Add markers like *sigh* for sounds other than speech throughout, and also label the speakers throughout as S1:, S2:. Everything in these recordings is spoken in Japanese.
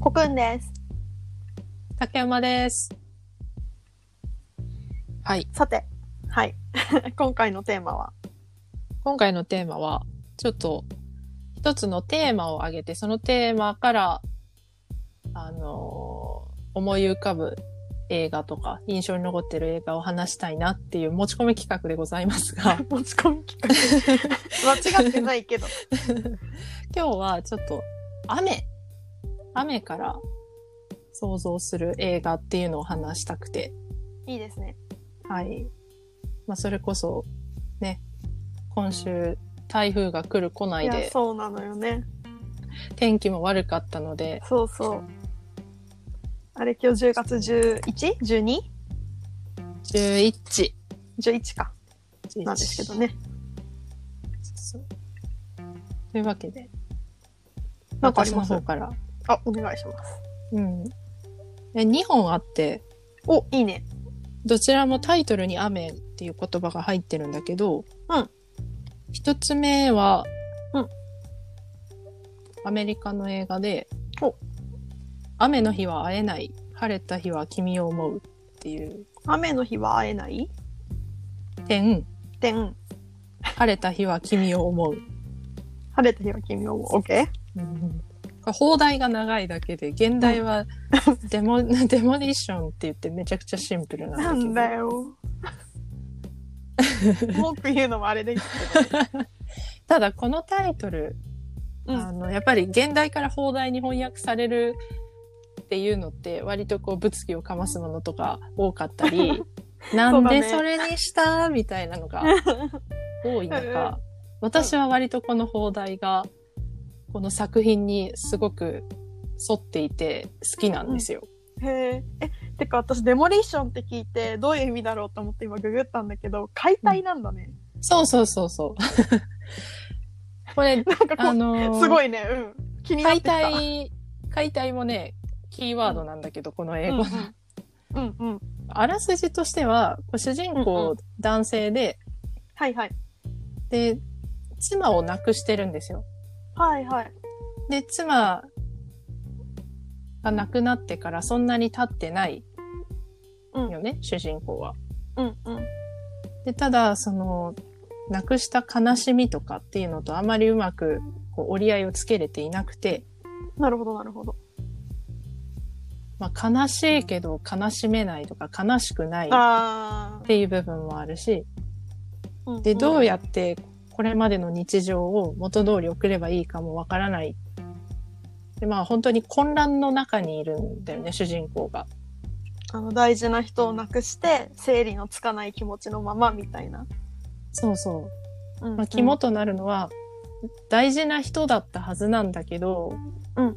S1: コくんです。
S2: 竹山です。はい。
S1: さて、はい。 *laughs* 今回のテーマは、、
S2: 今回のテーマは、ちょっと、一つのテーマを挙げて、そのテーマから、あのー思い浮かぶ映画とか、印象に残ってる映画を話したいなっていう持ち込み企画でございますが
S1: 持ち込み企画。間違ってないけど。
S2: *laughs* 今日はちょっと、雨、雨から想像する映画っていうのを話したくて、
S1: いいですね。
S2: はい。まあ、それこそ、ね、今週、台風が来る来ないい
S1: や、
S2: で、
S1: そうなのよね。
S2: 天気も悪かったので、
S1: そうそう。あれ、今日10月 11?12?11
S2: 11
S1: か。なんですけど。ね。
S2: そうというわけで、
S1: なんかあります
S2: 私の方から。
S1: あ、お願いします。
S2: うん。え、2本あって、
S1: お、いいね。
S2: どちらもタイトルに雨っていう言葉が入ってるんだけど、
S1: うん。
S2: 一つ目は、
S1: うん。
S2: アメリカの映画で、
S1: お
S2: 雨の日は会えない、晴れた日は君を思うっていう
S1: 雨の日は会えない
S2: 点、
S1: 点、
S2: 晴れた日は君
S1: *laughs*
S2: を思う。
S1: 晴れた日は君を、OK?
S2: うん放題が長いだけで、現代はデモ、 *laughs* デモリッションって言ってめちゃくちゃシンプル
S1: な
S2: なんんだ
S1: だ
S2: けど。 *laughs*
S1: よ。文句言うのもあれですけど。
S2: ただこのタイトル、
S1: うん
S2: あの、やっぱり現代から放題に翻訳されるっていうのって割とこう物議をかますものとか多かった
S1: *laughs*
S2: り、なんでそれにしたみたいなのが多
S1: う
S2: い
S1: ん
S2: 中、私は割とこの放題がこの作品にすごく沿っていて好きなんですよ。
S1: へえ。え、てか私、デモリーションって聞いて、どういう意味だろうと思って今ググったんだけど、解体なんだね。
S2: そうそうそう *laughs* そう。
S1: *laughs*
S2: これ、
S1: なんかこ
S2: あ
S1: う、
S2: のー
S1: すごいね、うん。気になってき
S2: 解
S1: た。
S2: 体、解体もね、キーワードなんだけど、この英
S1: う
S2: 語
S1: ん
S2: の。
S1: うん。うんうん。
S2: あらすじとしては、こう主人
S1: うんう
S2: 公、男性で、
S1: はいはい。
S2: で、妻を亡くしてるんですよ。
S1: はいはい。
S2: で、妻が亡くなってからそんなに経ってない
S1: うん
S2: よね、主人公は。
S1: うんうん。
S2: で、ただ、その、亡くした悲しみとかっていうのとあまりうまくこう折り合いをつけれていなくて、
S1: なるほどなるほど。
S2: まあ、悲しいけど悲しめないとか悲しくないっ
S1: あ
S2: ていう部分もあるし、
S1: あ。ん
S2: で、ど
S1: や
S2: うやってこれまでの日常を元通り送ればいいかもわからない。で、まあ本当に混乱の中にいるんだよね、主人公が。
S1: あの、大事な人を亡くして、整理のつかない気持ちのままみたいな。
S2: そうそうう。
S1: ん
S2: まあ肝となるのは、大事な人だったはずなんだけど、
S1: うん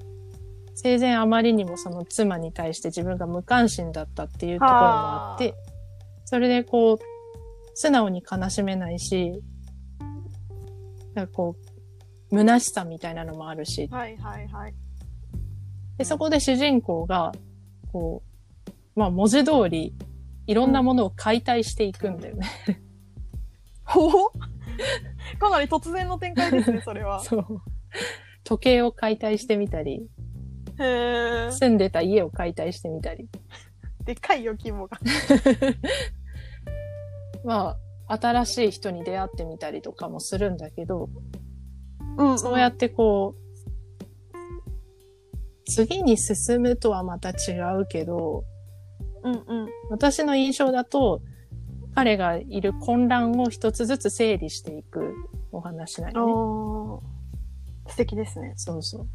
S2: 生前あまりにもその妻に対して自分が無関心だったっていうところもあって
S1: は、
S2: それでこう、素直に悲しめないし、なんかこう、虚しさみたいなのもあるし、
S1: はいはいはい。
S2: で、そこで主人公が、こう、まあ文字通り、いろんなものを解体していくんだよね。
S1: ほう *laughs* かなり突然の展開ですね、それは。
S2: *laughs* そう。時計を解体してみたり、
S1: へえ。
S2: 住んでた家を解体してみたり、 *laughs*
S1: でかいよ、規模が。
S2: まあ、新しい人に出会ってみたりとかもするんだけど、
S1: うん、
S2: そうやってこう、次に進むとはまた違うけど、
S1: うんうん。
S2: 私の印象だと、彼がいる混乱を一つずつ整理していくお話なんよね。
S1: おー素敵ですね。
S2: そうそう。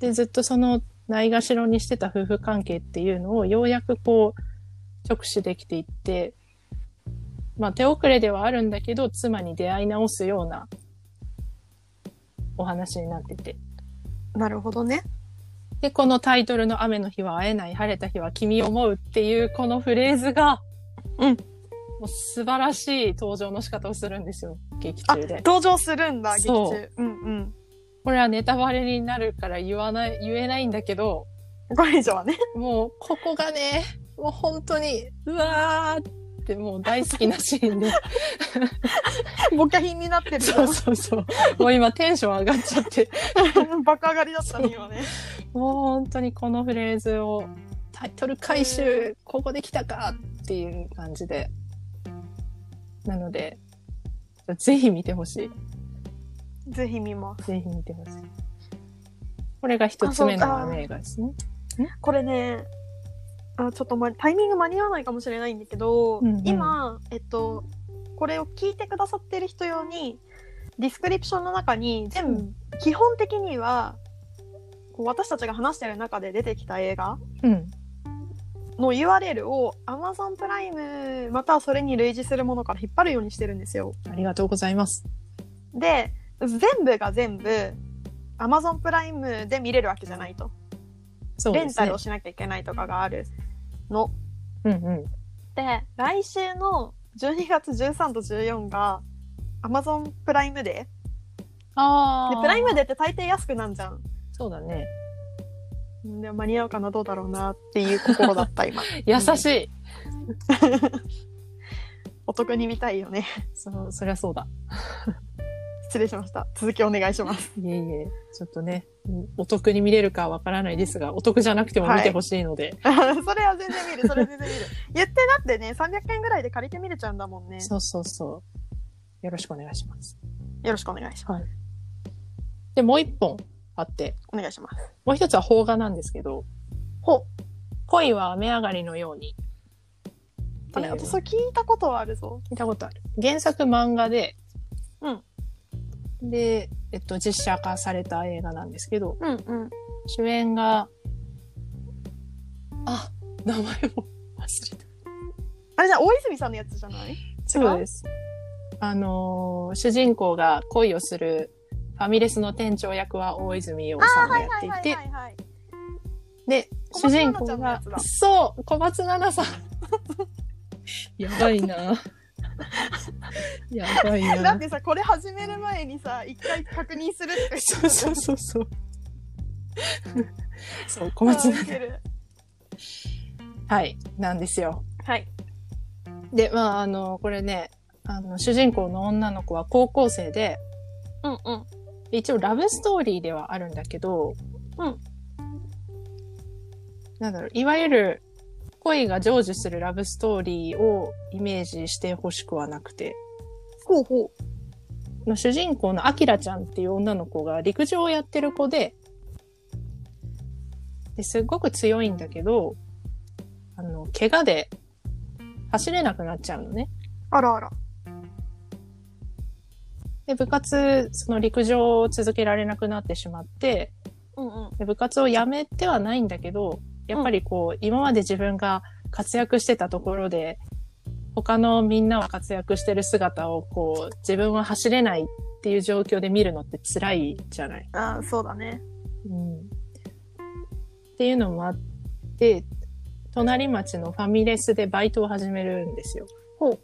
S2: で、ずっとその、ないがしろにしてた夫婦関係っていうのを、ようやくこう、直視できていって、まあ、手遅れではあるんだけど、妻に出会い直すような、お話になってて。
S1: なるほどね。
S2: で、このタイトルの雨の日は会えない、晴れた日は君を思うっていう、このフレーズが、
S1: うん。
S2: もう素晴らしい登場の仕方をするんですよ、劇
S1: あ、
S2: 中で。
S1: 登場するんだ、劇
S2: そう
S1: 中。うん
S2: これはネタバレになるから言わない、言えないんだけど、
S1: *laughs* うん。これ以上はね。
S2: もう、ここがね、もう本当に、うわー、ってもう大好きなシー
S1: *laughs*
S2: ンで、
S1: ボキャ品になってる
S2: *laughs* そうそうそう。もう今テンション上がっちゃって、
S1: *laughs* 爆上がりだったね今ね
S2: もう本当にこのフレーズをタイトル回収、ここできたかっていう感じで。なので、ぜひ見てほしい。
S1: ぜひ見ます
S2: ぜひ見てほしい。これが一つ目の映画ですね。
S1: これねあちょっと、ま、タイミング間に合わないかもしれないんだけど、
S2: うんうん
S1: 今えっとこれを聞いてくださってる人用にディスクリプションの中に全部、
S2: うん
S1: 基本的にはこう私たちが話してる中で出てきた映画
S2: うん。
S1: の URL を Amazon プライムまたはそれに類似するものから引っ張るようにしてるんですよ。
S2: ありがとうございます。
S1: で全部が全部 Amazon プライムで見れるわけじゃないと、
S2: そう
S1: レ
S2: で
S1: ン
S2: す
S1: タ
S2: ね
S1: ルを。しなきゃいけないとかがあるの。
S2: うんうん。
S1: で来週の12月13と14が Amazon プライムデ
S2: あ
S1: ーでプライムデーって大抵安くなんじゃん。
S2: そうだね。
S1: で間に合うかなどうだろうなっていう心だった
S2: *laughs*
S1: 今
S2: 優しい。
S1: お得に見たいよね
S2: そう、そりゃそうだ。
S1: 失礼しました続きお願いします
S2: いえいえ、ちょっとね、うんお得に見れるかわからないですが、お得じゃなくても見てほしいので、
S1: *laughs* それは全然見るそれは全然見る言ってだってね300円ぐらいで借りて見れちゃうんだもんね
S2: そうそうそう。よろしくお願いします。
S1: よろしくお願いします
S2: で、もう一本あって、
S1: お願いします
S2: もう一つは邦画なんですけど、
S1: ほ
S2: 恋は雨上がりのように。
S1: あれ
S2: っていう
S1: 私それ聞いたことはあるぞ
S2: 見たことある。原作漫画で、
S1: うん
S2: で、えっと、実写化された映画なんですけど、
S1: うんうん
S2: 主演が、あ、名前を忘れた。
S1: あれじゃん大泉さんのやつじゃない
S2: そうです。あのー主人公が恋をするファミレスの店長役は大泉洋さんがやっていて、
S1: いはい
S2: で、
S1: 小
S2: 主
S1: 松菜
S2: 人
S1: 奈ちゃ
S2: 公
S1: んのや
S2: が
S1: つだ、
S2: そう、小松菜奈さん。やばいな。やばい
S1: だ
S2: *laughs* な
S1: っ。てさこれ始める前にさ一回確認するって言って
S2: そうそうそうそう。 *laughs* そ
S1: *laughs*
S2: う、小松菜奈。
S1: る
S2: はい、なんですよ。
S1: はい
S2: で、まあ、あの、これね、あの、主人公の女の子は高校生で、
S1: うんうん
S2: 一応ラブストーリーではあるんだけど、
S1: うん。
S2: なんだろう、いわゆる恋が成就するラブストーリーをイメージしてほしくはなくて、
S1: ほうほ
S2: まあ主人公のアキラちゃんっていう女の子が陸上をやってる子で、ですごく強いんだけど、あの、怪我で走れなくなっちゃうのね。
S1: あらあら
S2: で、部活、その陸上を続けられなくなってしまって、
S1: うんうん
S2: で部活を辞めてはないんだけど、やっぱりこう、今まで自分が活躍してたところで、他のみんなは活躍してる姿をこう、自分は走れないっていう状況で見るのって辛いじゃない。
S1: あーそうだね
S2: うん。っていうのもあって、隣町のファミレスでバイトを始めるんですよ。
S1: ほう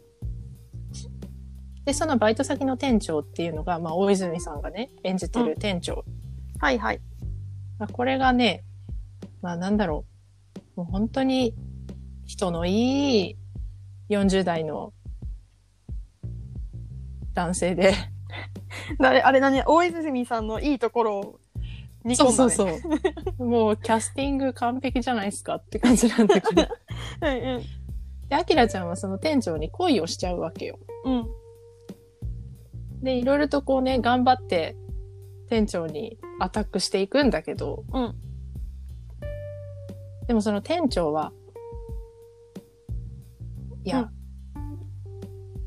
S2: で、そのバイト先の店長っていうのが、まあ、大泉さんがね、演じてる店長
S1: はいはい
S2: まあこれがね、まあなんだろう。もう本当に人のいい40代の男性で。
S1: だあれだね大泉さんのいいところを *laughs* 煮込んだ、
S2: そう
S1: ね、
S2: そうそう。もうキャスティング完璧じゃないですかって感じなんだけど。
S1: うんうん
S2: で、アキラちゃんはその店長に恋をしちゃうわけよ。
S1: うん
S2: で、いろいろとこうね、頑張って店長にアタックしていくんだけど。
S1: うん
S2: でもその店長は、いや、
S1: うん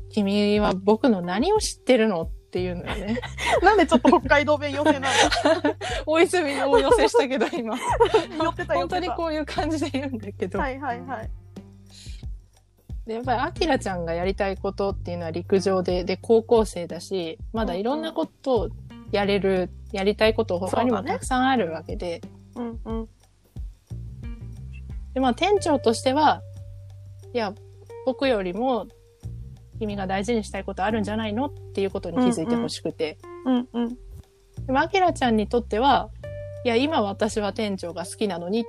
S2: 君は僕の何を知ってるのっていうのよね。
S1: なんでちょっと北海道弁寄せな
S2: *laughs* 大泉をお寄せしたけど今。
S1: の寄ってた寄
S2: *laughs* 本
S1: っ
S2: 当
S1: て
S2: に
S1: た
S2: こういう感じで言うんだけど。
S1: はいはいはい
S2: でやっぱりアキラちゃんがやりたいことっていうのは陸上でで高校生だしまだいろんなことをやれるやりたいこと他に
S1: そ
S2: も
S1: うだね
S2: たくさんあるわけで,、
S1: うんうん
S2: でまあ店長としてはいや僕よりも君が大事にしたいことあるんじゃないのっていうことに気づいてほしくて、
S1: うんうん
S2: でもアキラちゃんにとってはいや今私は店長が好きなのにっ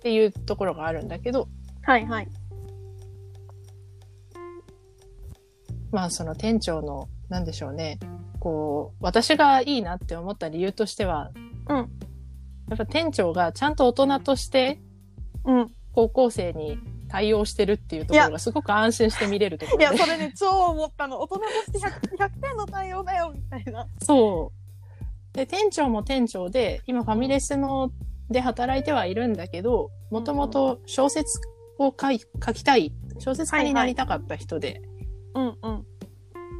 S2: ていうところがあるんだけど
S1: はいはい
S2: まあその店長の、なんでしょうね、こう、私がいいなって思った理由としては、
S1: うん
S2: やっぱ店長がちゃんと大人として
S1: うん。
S2: 高校生に対応してるっていうところがすごく安心して見れるところ
S1: い
S2: で。
S1: や、それね、超思ったの。大人として 100, 100点の対応だよ、みたいな。
S2: そう。で、店長も店長で、今ファミレスので働いてはいるんだけど、もともと小説を書い書きたい、小説家になりたかった人で、
S1: うんうん。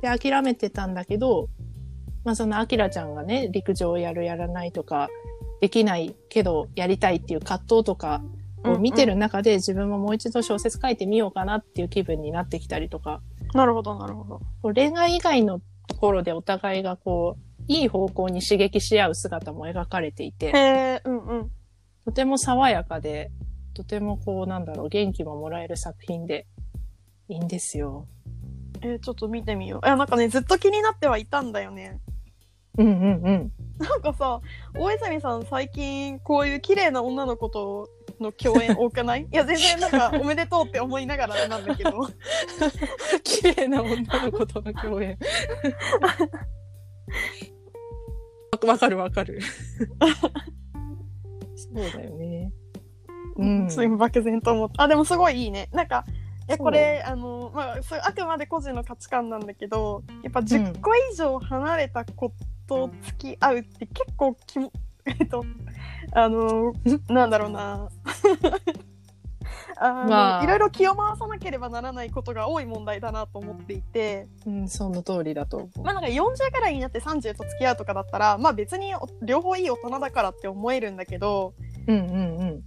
S2: で、諦めてたんだけど、まあそのアキラちゃんがね、陸上をやるやらないとか、できないけどやりたいっていう葛藤とかを見てる中で、自分ももう一度小説書いてみようかなっていう気分になってきたりとか、
S1: なるほど、なるほど。
S2: こう恋愛以外のところでお互いがこう、いい方向に刺激し合う姿も描かれてい
S1: へ
S2: て、
S1: え、うんうん。
S2: とても爽やかで、とてもこう、なんだろう、元気ももらえる作品で、いいんですよ。
S1: えーちょっと見てみよう。いや、なんかね、ずっと気になってはいたんだよね。
S2: うんうんうん。
S1: なんかさ、大泉さん最近、こういう綺麗な女の子との共演多くないいや、全然なんか、おめでとうって思いながらなんだけど。
S2: 綺麗な女の子との共演。 *laughs* わわかるわか *laughs* る。そうだよね。うん。
S1: そういう漠然と思った。あ、でもすごいいいね。なんか、え、これ、あの、まあ、そうあくまで個人の価値観なんだけど、やっぱ10個以上離れた子と付き合うって結構きも、 *laughs* えっと、あの、なんだろうな。 *laughs* あの
S2: まあ
S1: いろいろ気を回さなければならないことが多い問題だなと思っていて、
S2: うん、その通りだと思う。
S1: まあなんか40ぐらいになって30と付き合うとかだったら、まあ別にお両方いい大人だからって思えるんだけど、
S2: うんうんうん。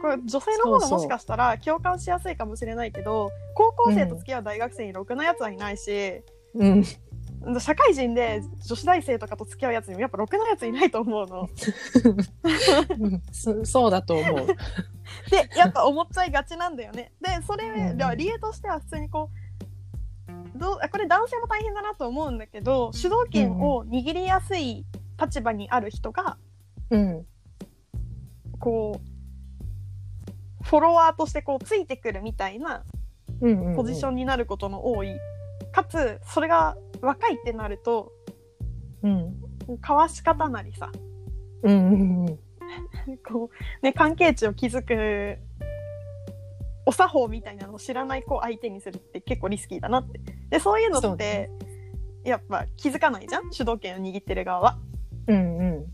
S1: これ女性の方がもしかしたら共感しやすいかもしれないけど高校生と付き合う大学生にろくなやつはいないし、
S2: うん。
S1: 社会人で女子大生とかと付き合うやつにもやっぱろくなやついないと思うの。
S2: うんそそうだと思う。
S1: でやっぱ思っちゃいがちなんだよね。でそれ
S2: うん
S1: では理由としては普通にこうどうあこれ男性も大変だなと思うんだけど主導権を握りやすい立場にある人が
S2: うん。
S1: こうフォロワーとしてこうついてくるみたいな
S2: うんうんうん
S1: ポジションになることの多い、かつそれが若いってなると
S2: うん。
S1: 交わし方なりさ
S2: うんうんうん。
S1: こう、ね、関係値を築くお作法みたいなのを知らない子を相手にするって結構リスキーだなってでそういうの
S2: そう
S1: っ
S2: ね
S1: て、やっぱ気づかないじゃん主導権を握ってる側は。
S2: うんうん。
S1: っ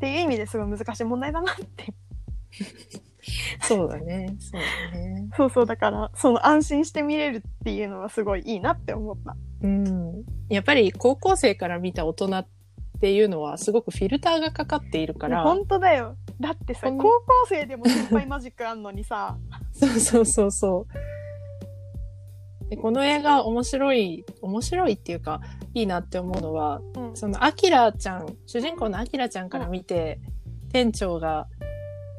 S1: ていう意味ですごい難しい問題だな *laughs* って
S2: そうだね。そうだね。
S1: そうそうだからその安心して見れるっていうのはすごいいいなって思った。
S2: うん。やっぱり高校生から見た大人っていうのはすごくフィルターがかかっているから。
S1: 本当だよだってさ
S2: こん
S1: 高校生でも先輩マジックあんのにさ
S2: そうそうそうそう。でこの映画面白い、面白いっていうか、いいなって思うのは、
S1: うん
S2: *laughs* その、アキラちゃん、主人公のアキラちゃんから見て、店長が、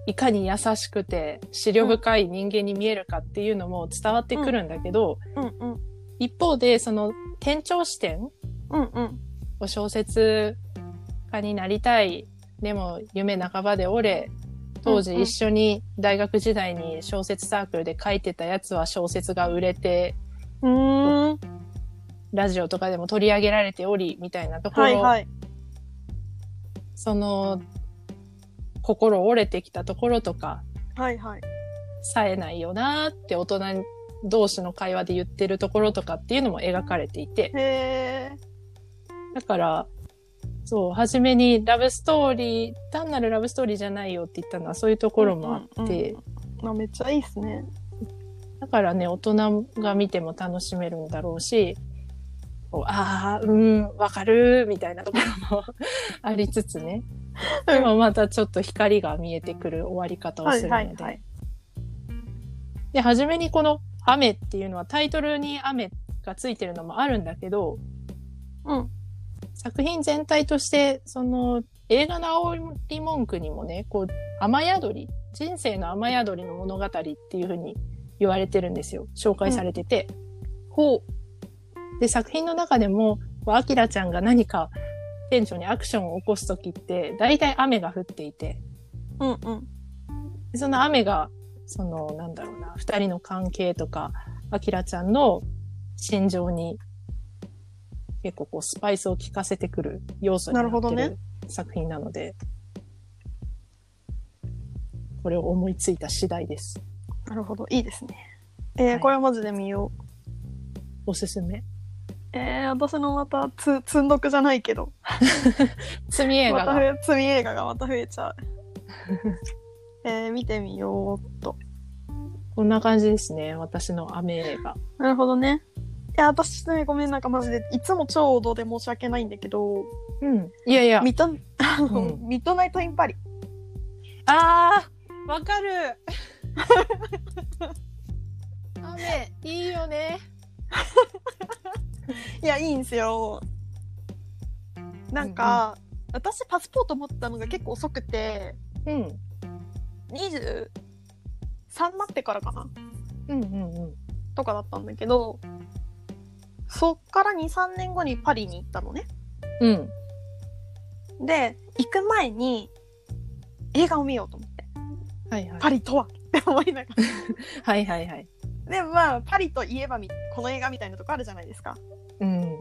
S2: いかに優しくて、視力深い人間に見えるかっていうのも伝わってくるんだけど、
S1: うんうん
S2: 一方で、その、店長視点
S1: うんうん
S2: を小説家になりたい、でも夢半ばで折れ、当
S1: う
S2: 時
S1: んうん
S2: 一緒に大学時代に小説サークルで書いてたやつは小説が売れて、
S1: うーん
S2: ラジオとかでも取り上げられており、みたいなところ、
S1: はいはい。
S2: その、心折れてきたところとか、
S1: はいはい。
S2: 冴えないよなーって大人同士の会話で言ってるところとかっていうのも描かれていて、
S1: へえ。
S2: だから、そう、初めにラブストーリー、単なるラブストーリーじゃないよって言ったのはそういうところもあって、
S1: うんうんうんあめっちゃいいっすね。
S2: だからね、大人が見ても楽しめるんだろうし、こうああ、うん、わかるー、みたいなところもありつつね。でもまたちょっと光が見えてくる終わり方を
S1: は
S2: す
S1: い
S2: る
S1: は
S2: の
S1: いは
S2: で。
S1: い。
S2: で、初めにこの雨っていうのはタイトルに雨がついてるのもあるんだけど、
S1: うん。
S2: 作品全体として、その映画の煽り文句にもね、こう、雨宿り、人生の雨宿りの物語っていうふうに言われてるんですよ。紹介されてて。
S1: ほ
S2: で、作品の中でも、こうアキラちゃんが何か店長にアクションを起こすときって、大体雨が降っていて、
S1: う。うんうん。
S2: でその雨が、その、なんだろうな、二人の関係とか、あきらちゃんの心情に結構こうスパイスを効かせてくる要素にな
S1: なるほ
S2: っ
S1: ど
S2: て
S1: ね
S2: る作品なので、これを思いついた次第です。
S1: なるほどいいですねえー
S2: はい
S1: これはマジで見よう
S2: おすすめ。
S1: えー、私のまたつ積んどくじゃないけど
S2: 罪映
S1: ま
S2: 画
S1: た
S2: が
S1: 増え積み映画がまた増えちゃうえー、見てみようっと
S2: こんな感じですね。私の雨映画。
S1: なるほどねいや私ねごめんなんかマジでいつも超王道で申し訳ないんだけど
S2: うん。いやいや。
S1: ミッドあの、
S2: うん
S1: ミッドナイトインパリ
S2: あー、わかる。 *laughs* 雨、いいよね。
S1: いやいいんすよなんか、私パスポート持ったのが結構遅くて
S2: うん。
S1: 23になってからかな
S2: うんうんうん。
S1: とかだったんだけどそっから23年後にパリに行ったのね
S2: うん。
S1: で行く前に映画を見ようと思って
S2: はいはい。
S1: パリとはって思いなが
S2: はいはいはい。
S1: らでまあパリといえばみこの映画みたいなとこあるじゃないですか
S2: うん。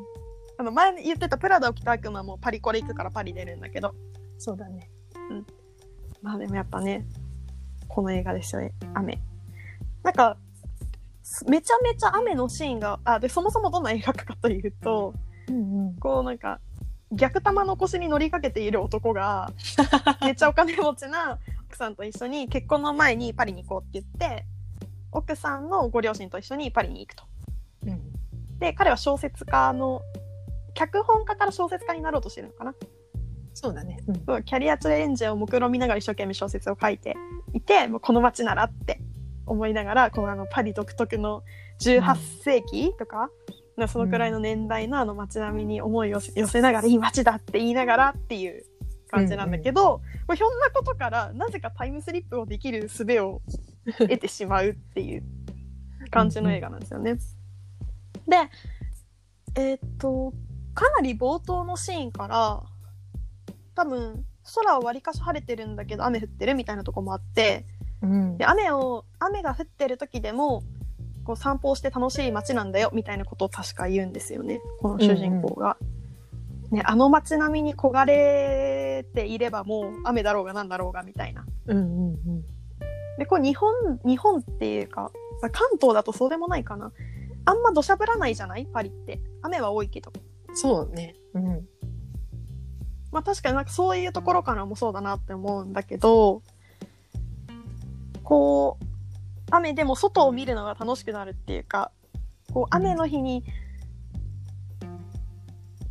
S1: あの前に言ってた「プラダを着た悪魔」もパリコレ行くからパリ出るんだけど
S2: そうだね。
S1: まあでもやっぱねこの映画ですよね雨なんかすめちゃめちゃ雨のシーンがあでそもそもどんな映画かというと
S2: うんうん。
S1: こうなんか逆玉の腰に乗りかけている男がめっちゃお金持ちな奥さんと一緒に結婚の前にパリに行こうって言って奥さんのご両親と一緒にパリに行くと。
S2: うん。
S1: で彼は小説家の脚本家から小説家になろうとしてるのかな
S2: そうだね。うん。
S1: そうキャリアチャレンジを目論みながら一生懸命小説を書いていてもうこの街ならって思いながらこのあのパリ独特の18世紀とか、なそのくらいの年代のあの街並みに思いを寄せながら、いい街だって言いながらっていう感じなんだけど、もうひょんなことからなぜかタイムスリップをできる術を得てしまうっていう感じの映画なんですよね。でえーっとかなり冒頭のシーンから多分空はわりかし晴れてるんだけど雨降ってるみたいなとこもあって
S2: うん
S1: で雨を雨が降ってる時でもこう散歩をして楽しい街なんだよみたいなことを確か言うんですよねこの主人公が。ね、あの街並みに焦がれていればもう雨だろうがなんだろうがみたいな。
S2: うんうん
S1: でこう日本日本っていうかまあ関東だとそうでもないかなあんま土砂降らないじゃないパリって雨は多いけど
S2: うん。そうね。うん。
S1: まあ確かになんかそういうところからもそうだなって思うんだけどこう雨でも外を見るのが楽しくなるっていうかこう雨の日に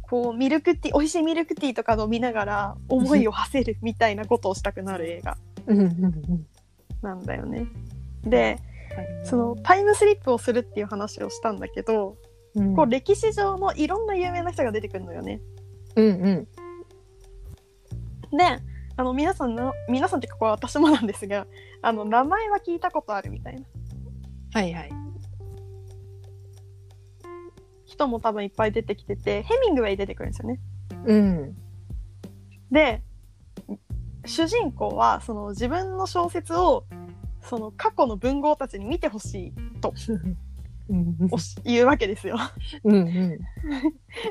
S1: こうミルクティー美味しいミルクティーとか飲みながら思いを馳せるみたいなことをしたくなる映画
S2: うんうんうん。
S1: なんだよね。でその、タイムスリップをするっていう話をしたんだけど、
S2: うん、
S1: こう歴史上のいろんな有名な人が出てくるのよね。
S2: うんうん。
S1: であの皆さんの皆さんっていうかこれ私もなんですが *laughs* あの名前は聞いたことあるみたいな
S2: はいはい。
S1: 人も多分いっぱい出てきててヘミングウェイ出てくるんですよね。
S2: うん。
S1: で主人公はその自分の小説をその過去の文豪たちに見てほしい
S2: うん
S1: おし *laughs* 言うわけですよ。
S2: *laughs* うんうん。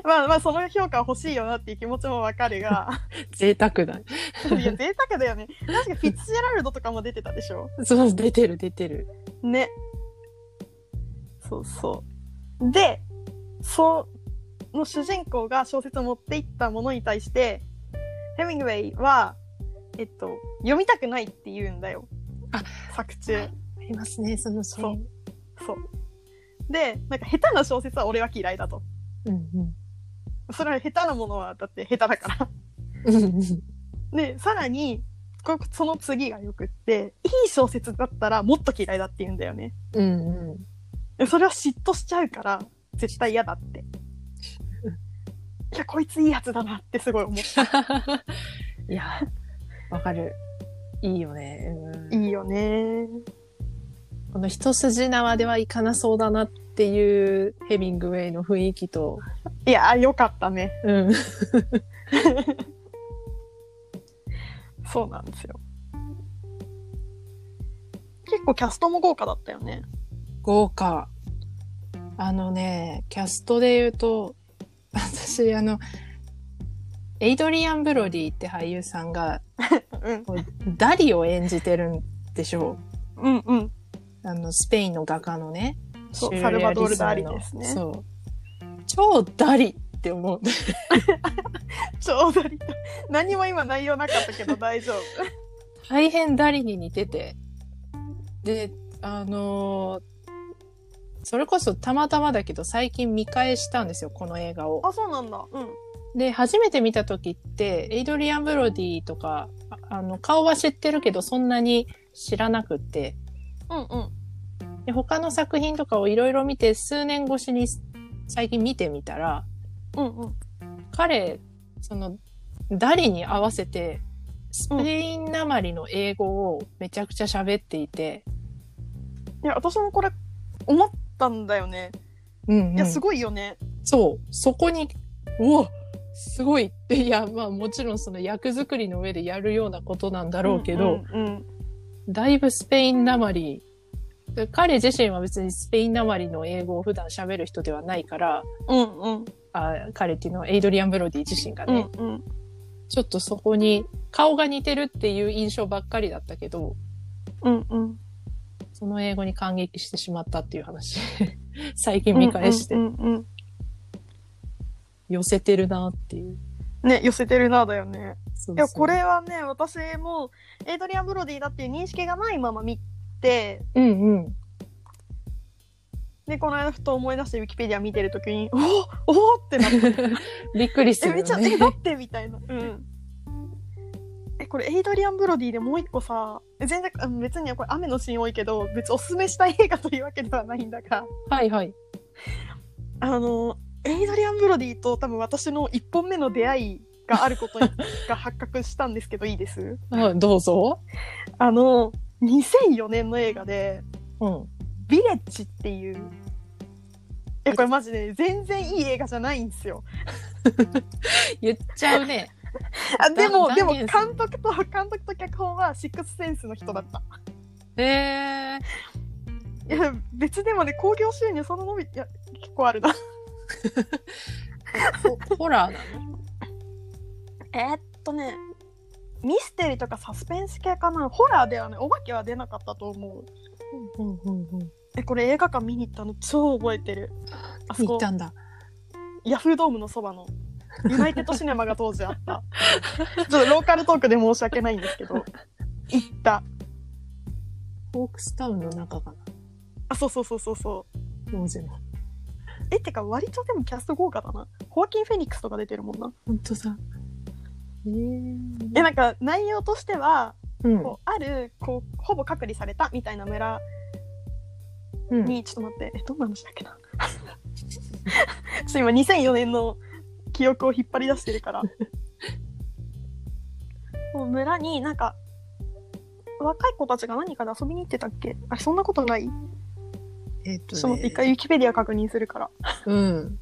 S1: まあまあその評価は欲しいよなっていう気持ちもわかるが *laughs*
S2: 贅沢だ。
S1: いや贅沢だよね。確かフィッツジェラルドとかも出てたでしょ。
S2: そう、出てる出てる。
S1: ねそうそうでその主人公が小説を持っていったものに対してヘミングウェイは、えっと、読みたくないって言うんだよ
S2: あ
S1: 作中
S2: ありますね、その、
S1: そうそうでなんか下手な小説は俺は嫌いだと
S2: う。うんうん。
S1: それは下手なものはだって下手だから *laughs* でさらにこその次がよくっていい小説だったらもっと嫌いだって言うんだよね
S2: うんうん。
S1: それは嫉妬しちゃうから絶対嫌だっていやこいついいやつだなってすごい思
S2: *laughs* いや、わかる。いいよね。
S1: ういいよね
S2: この一筋縄ではいかなそうだなっていうヘミングウェイの雰囲気と、
S1: いやよかったね
S2: うん。
S1: そうなんですよ結構キャストも豪華だったよね
S2: 豪華。あのね、キャストで言うと、私、あの、エイドリアン・ブロディって俳優さんが、
S1: うん
S2: こうダリを演じてるんでしょ
S1: うんうん
S2: う。あの、スペインの画家のね。
S1: そう
S2: シューレ
S1: サルバ
S2: アリズムの
S1: ドールダリですね
S2: そう。超ダリって思う。
S1: ちょうどりと何も今内容なかったけど大丈夫 *laughs*
S2: 大変ダリに似てて。で、あのーそれこそたまたまだけど最近見返したんですよ、この映画を。
S1: あそうなんだうん
S2: で、初めて見た時って、エイドリアン・ブロディとか、ああの、顔は知ってるけどそんなに知らなくって、
S1: うんうん
S2: で他の作品とかをいろいろ見て、数年越しに最近見てみたら、
S1: うんうん
S2: 彼、その、ダリに合わせて、スペインなまりの英語をめちゃくちゃ喋っていて、
S1: いや私もこれ思ったんだよね
S2: うん、うん。
S1: いやすごいよね、
S2: そう、そこに、うわ、すごいって、いや、まあもちろんその役作りの上でやるようなことなんだろうけど、
S1: うんうん
S2: だいぶスペインなまり、で彼自身は別にスペインなまりの英語を普段喋る人ではないから、
S1: うんうん
S2: あ彼っていうのはエイドリアン・ブロディ自身が
S1: う
S2: ね、
S1: んうん
S2: ちょっとそこに顔が似てるっていう印象ばっかりだったけど、
S1: うんうん
S2: その英語に感激してしまったっていう話。 *laughs* 最近見返して
S1: う、んうんうん
S2: 寄せてるなっていう。
S1: うんね寄せてるなだよね
S2: そうそう
S1: いやこ、れはね私もエイドリアン・ブロディだっていう認識がないまま見て
S2: うんうん。
S1: でこの間ふと思い出してウィキペディア見てる時
S2: *laughs*
S1: におおおーってなって
S2: びっくりす
S1: え
S2: る
S1: めっち
S2: よ
S1: ゃえ
S2: ね。
S1: だってみたいなうんえこれエイドリアン・ブロディでもう一個さえ全然うん別にこれ雨のシーン多いけど別におすすめしたい映画というわけではないんだが
S2: はいはい。
S1: あのエイドリアン・ブロディと多分私の1本目の出会いがあることにが発覚したんですけどいいです
S2: あどうぞ。
S1: あの2004年の映画で
S2: うん。
S1: 「ヴィレッジ」っていういやこれマジで全然いい映画じゃないんですよ
S2: 言っちゃうね。
S1: あでも
S2: だ
S1: でも
S2: 断言
S1: 監
S2: する
S1: 督と監督と脚本はシックスセンスの人だった
S2: えー、
S1: いや別でもね興行収入その伸びいや結構あるな
S2: ほホラーなの
S1: えっとねミステリーとかサスペンス系かなホラーではねお化けは出なかったと思う
S2: うんうんうん。
S1: えこれ映画館見に行ったの超覚えてるあそ
S2: 行っ
S1: こ
S2: たんだ。
S1: ヤフードームのそばのユナイテッドシネマが当時あったちょっとローカルトークで申し訳ないんですけど行った
S2: ホークスタウンの中かな。
S1: あそうそうそうそうそう
S2: 当時の。
S1: えってか割とでもキャスト豪華だなホアキン・フェニックスとか出てるもんな
S2: 本当だ。えー、
S1: えなんか内容としては
S2: うん
S1: こうあるこうほぼ隔離されたみたいな村
S2: うん。
S1: に、ちょっと待って、え、どんな話だっ
S2: *laughs*
S1: けな。ちょっと今2004年の記憶を引っ張り出してる
S2: *laughs*
S1: から。もう村になんか、若い子たちが何かで遊びに行ってたっけあ、そんなことないちょ
S2: えっと、
S1: っと待って、一回ウィキペディア確認するから。
S2: うん。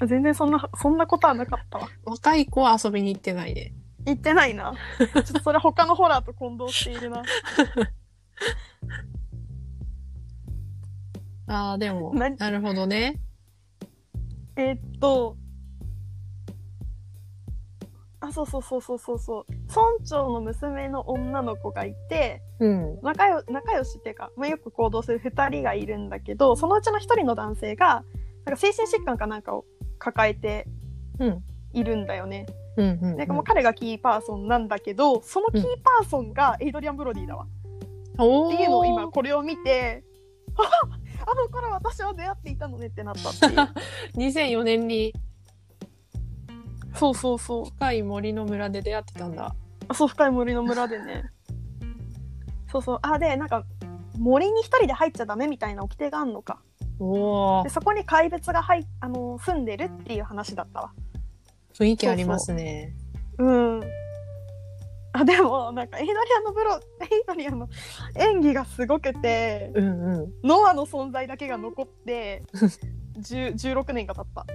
S1: あ全然そんな、そんなことはなかったわ。
S2: 若い子は遊びに行ってないね。
S1: 言ってない *laughs* な。ちょっとそれ他のホラーと混同しているな。
S2: ああ、でも
S1: 何
S2: なるほどね。
S1: *laughs* えーっと、あ、そうそうそうそうそうそう。村長の娘の女の子がいて、
S2: うん。
S1: 仲よ仲良しっていうか、まあ、よく行動する2人がいるんだけどそのうちの1人の男性がなんか精神疾患かなんかを抱えて
S2: うん。
S1: いるんだよね。
S2: うんうん、うん。
S1: なんかもう彼がキーパーソンなんだけどそのキーパーソンがエイドリアン・ブロディだわ、
S2: お
S1: っていうのを今これを見て *laughs* ああの頃私は出会っていたのねってなったっていう
S2: 2004年に
S1: *laughs* そうそうそう
S2: 深い森の村で出会ってたんだ。
S1: あそう深い森の村でねそうそうあでなんか森に1人で入っちゃダメみたいな掟があんのか
S2: おお
S1: で。そこに怪物が入っあの住んでるっていう話だったわ
S2: 雰囲気ありますね。
S1: うん。あでもなんかエイドリアンのブロエイドリアンの演技がすごくて
S2: うんうん。
S1: ノアの存在だけが残 *laughs* って10 16年が経った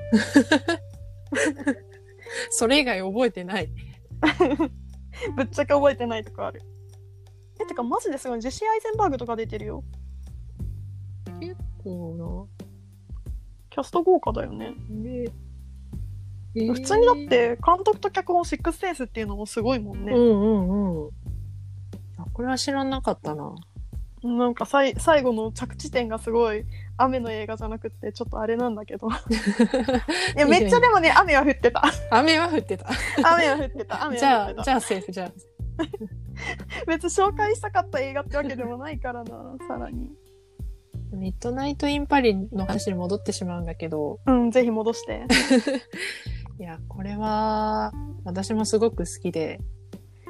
S2: それ以外覚えてない。
S1: ぶっちゃけ覚えてないとこあるえてかマジですごいジェシー・アイゼンバーグとか出てるよ
S2: この
S1: キャスト豪華だよね。
S2: で
S1: 普通にだっ、て監督と脚本シックスセンスっていうのもすごいもん
S2: え
S1: ね
S2: ー。うんうんうんあこれは知らなかったな
S1: なんかさい最後の着地点がすごい雨の映画じゃなくってちょっとあれなんだけ *laughs* どいやめっちゃでもね雨は降ってた *laughs*
S2: 雨は降ってた
S1: 雨は降ってた雨
S2: じ
S1: は降って
S2: ゃあ
S1: た
S2: じゃあセーフじゃあ
S1: 別に紹介したかった映画ってわけでもないからなさらに
S2: ミッドナイト・イン・パリの話に戻ってしまうんだけど、
S1: うんぜひ戻して
S2: いや、これは、私もすごく好きで。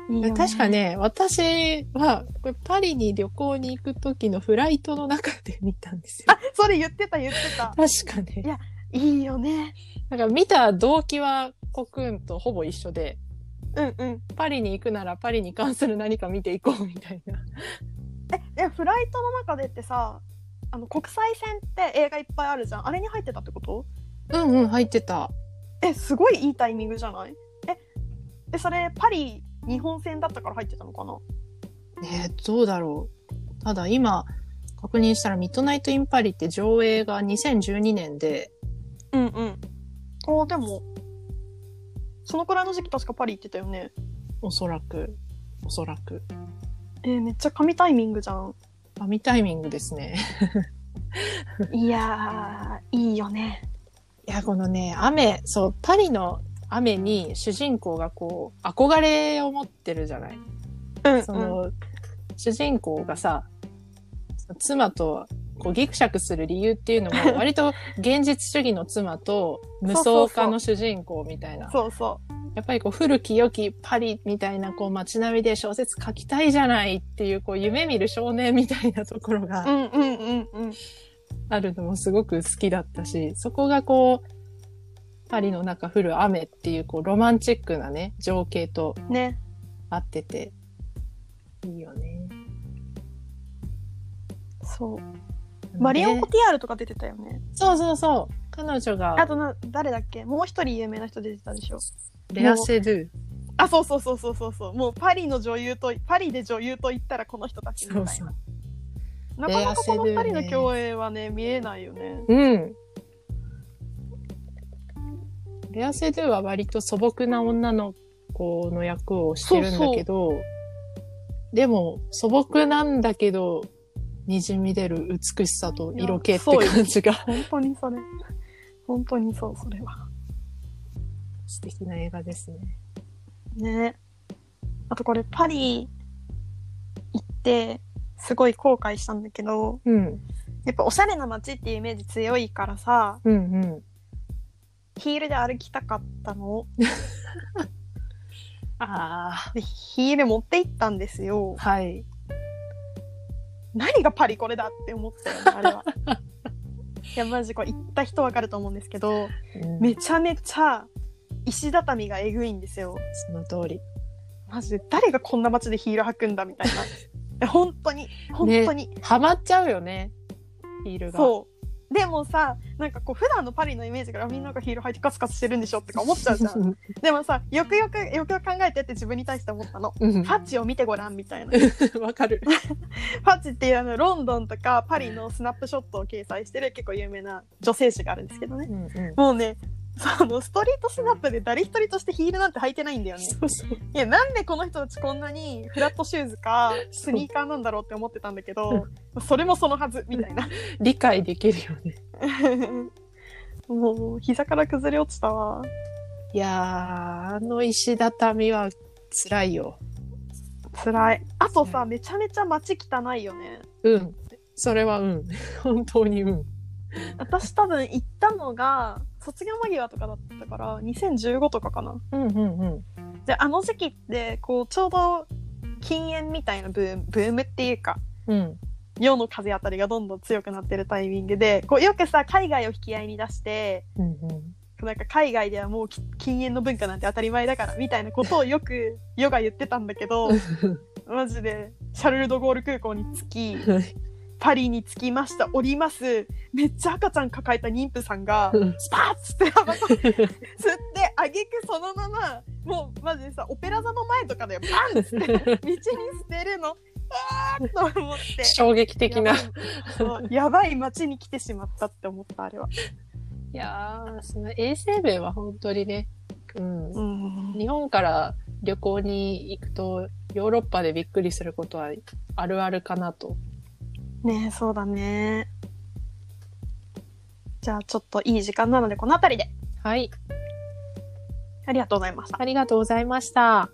S1: *laughs* いいよ
S2: 確かね、私は、これパリに旅行に行く時のフライトの中で見たんですよ。
S1: それ言ってた言ってた
S2: 確かね。
S1: *laughs* いいよね
S2: なんか見た動機は、コクンとほぼ一緒で、
S1: うんうん
S2: パリに行くならパリに関する何か見ていこうみたいな。
S1: ええフライトの中でってさあの国際線って映画いっぱいあるじゃんあれに入ってたってこと
S2: うんうん、入ってた。
S1: えすごいいいタイミングじゃないええそれパリ日本線だったから入ってたのかな
S2: えーどうだろう。ただ今、確認したら、ミッドナイト・イン・パリって上映が2012年で、
S1: うんうんあでもそのくらいの時期確かパリ行ってたよね
S2: おそらく、おそらく。
S1: えーめっちゃ神タイミングじゃん
S2: 神タイミングですね。
S1: *laughs* いやーいいよね
S2: いや、このね、雨、そう、パリの雨に主人公がこう、憧れを持ってるじゃない。
S1: うん、うん、
S2: その、主人公がさ、妻とこうギクシャクする理由っていうの
S1: *laughs*
S2: も、割と現実主義の妻と無双家の主人公みたいな。
S1: そうそ
S2: やっぱりこう、古き良きパリみたいなこう、街並みで小説書きたいじゃないっていう、こう、夢見る少年みたいなところが
S1: うう、んうんうんうん
S2: あるのもすごく好きだったし、そこがこう、パリの中降る雨っていう、こう、ロマンチックなね、情景と
S1: ね
S2: 合ってて、いいよね。
S1: そうマリオン・コ
S2: で
S1: ティアールとか出てたよね
S2: そうそうそう。彼女
S1: あ
S2: が、
S1: とな誰だっけもう一人有名な人出てたでしょ
S2: レアセドゥ。
S1: あそうそうそうそうそうそうもうパリの女優とパリで女優と言ったらこの人たちみた
S2: そ
S1: いうな
S2: そう。
S1: なかなかこの
S2: レア
S1: 二
S2: セル
S1: 人
S2: ね
S1: の共演はね見えないよね
S2: うん。レアセドゥは割と素朴な女の子の役をしてるんだけど、でも素朴なんだけど、にじみ出る美しさと色気って感じが。
S1: 本当にそれ本当にそうそれは
S2: 素敵な映画ですね。
S1: ねあとこれパリ行ってすごい後悔したんだけど
S2: うん。
S1: やっぱおしゃれな街っていうイメージ強いからさ
S2: うんうん。
S1: ヒールで歩きたかったの
S2: あ
S1: でヒール持って行ったんですよ
S2: あ。はい。
S1: 何がパリこれだって思ったよねあ *laughs* れはいやマジこれ行った人わかると思うんですけどめちゃめちゃ石畳がえぐいんですよ
S2: その通り。
S1: マジで誰がこんな街でヒール履くんだみたいな *laughs* え本当に本当に、
S2: ハマっちゃうよね。ヒールが。
S1: そうでもさなんかこう普段のパリのイメージからみんながヒール履いてカツカツしてるんでしょとか思っちゃうじゃ
S2: *laughs*
S1: んでもさよくよくよくよく考えてって自分に対して思ったの
S2: うん。
S1: ファッチを見てごらんみたい
S2: *laughs*
S1: なフ
S2: わかる。
S1: ァッチっていうあのロンドンとかパリのスナップショットを掲載してる結構有名な女性誌があるんですけどね
S2: うんうん。
S1: もうねそのストリートスナップで誰一人としてヒールなんて履いてないんだよね
S2: そうそう。
S1: いやなんでこの人たちこんなにフラットシューズかスニーカーなんだろうって思ってたんだけどそれもそのはずみたいな
S2: 理解できるよね。
S1: もう膝から崩れ落ちたわ
S2: いやー、あの石畳は辛いよ。
S1: 辛いあとさめちゃめちゃ街汚いよね
S2: うん。それはうん。 *laughs* 本当にうん。
S1: 私多分行ったのが卒業間際とかだったから2015とかかな
S2: うんうんうん。
S1: であの時期ってこうちょうど禁煙みたいなブームブームっていうか
S2: うん。
S1: 世の風あたりがどんどん強くなってるタイミングでこうよくさ海外を引き合いに出して
S2: うんうん。
S1: なんか海外ではもうき禁煙の文化なんて当たり前だからみたいなことをよく *laughs* ヨが言ってたんだけどマジでシャルル・ド・ゴール空港に着きパリに着きました降りますめっちゃ赤ちゃん抱えた妊婦さんが
S2: *laughs*
S1: スパッつってタバ *laughs* コ吸ってあげくそのままもうマジでさオペラ座の前とかでバンっ *laughs* つって道に捨てるのあーっと思って
S2: 衝撃的
S1: や
S2: な。
S1: ばいそうやばい街に来てしまったって思ったあれは
S2: いやー、その衛生面は本当にね、うん、
S1: うん
S2: 日本から旅行に行くと、ヨーロッパでびっくりすることはあるあるかなと。
S1: ねえそうだねじゃあちょっといい時間なのでこの辺りで
S2: はい、
S1: ありがとうございました
S2: ありがとうございました。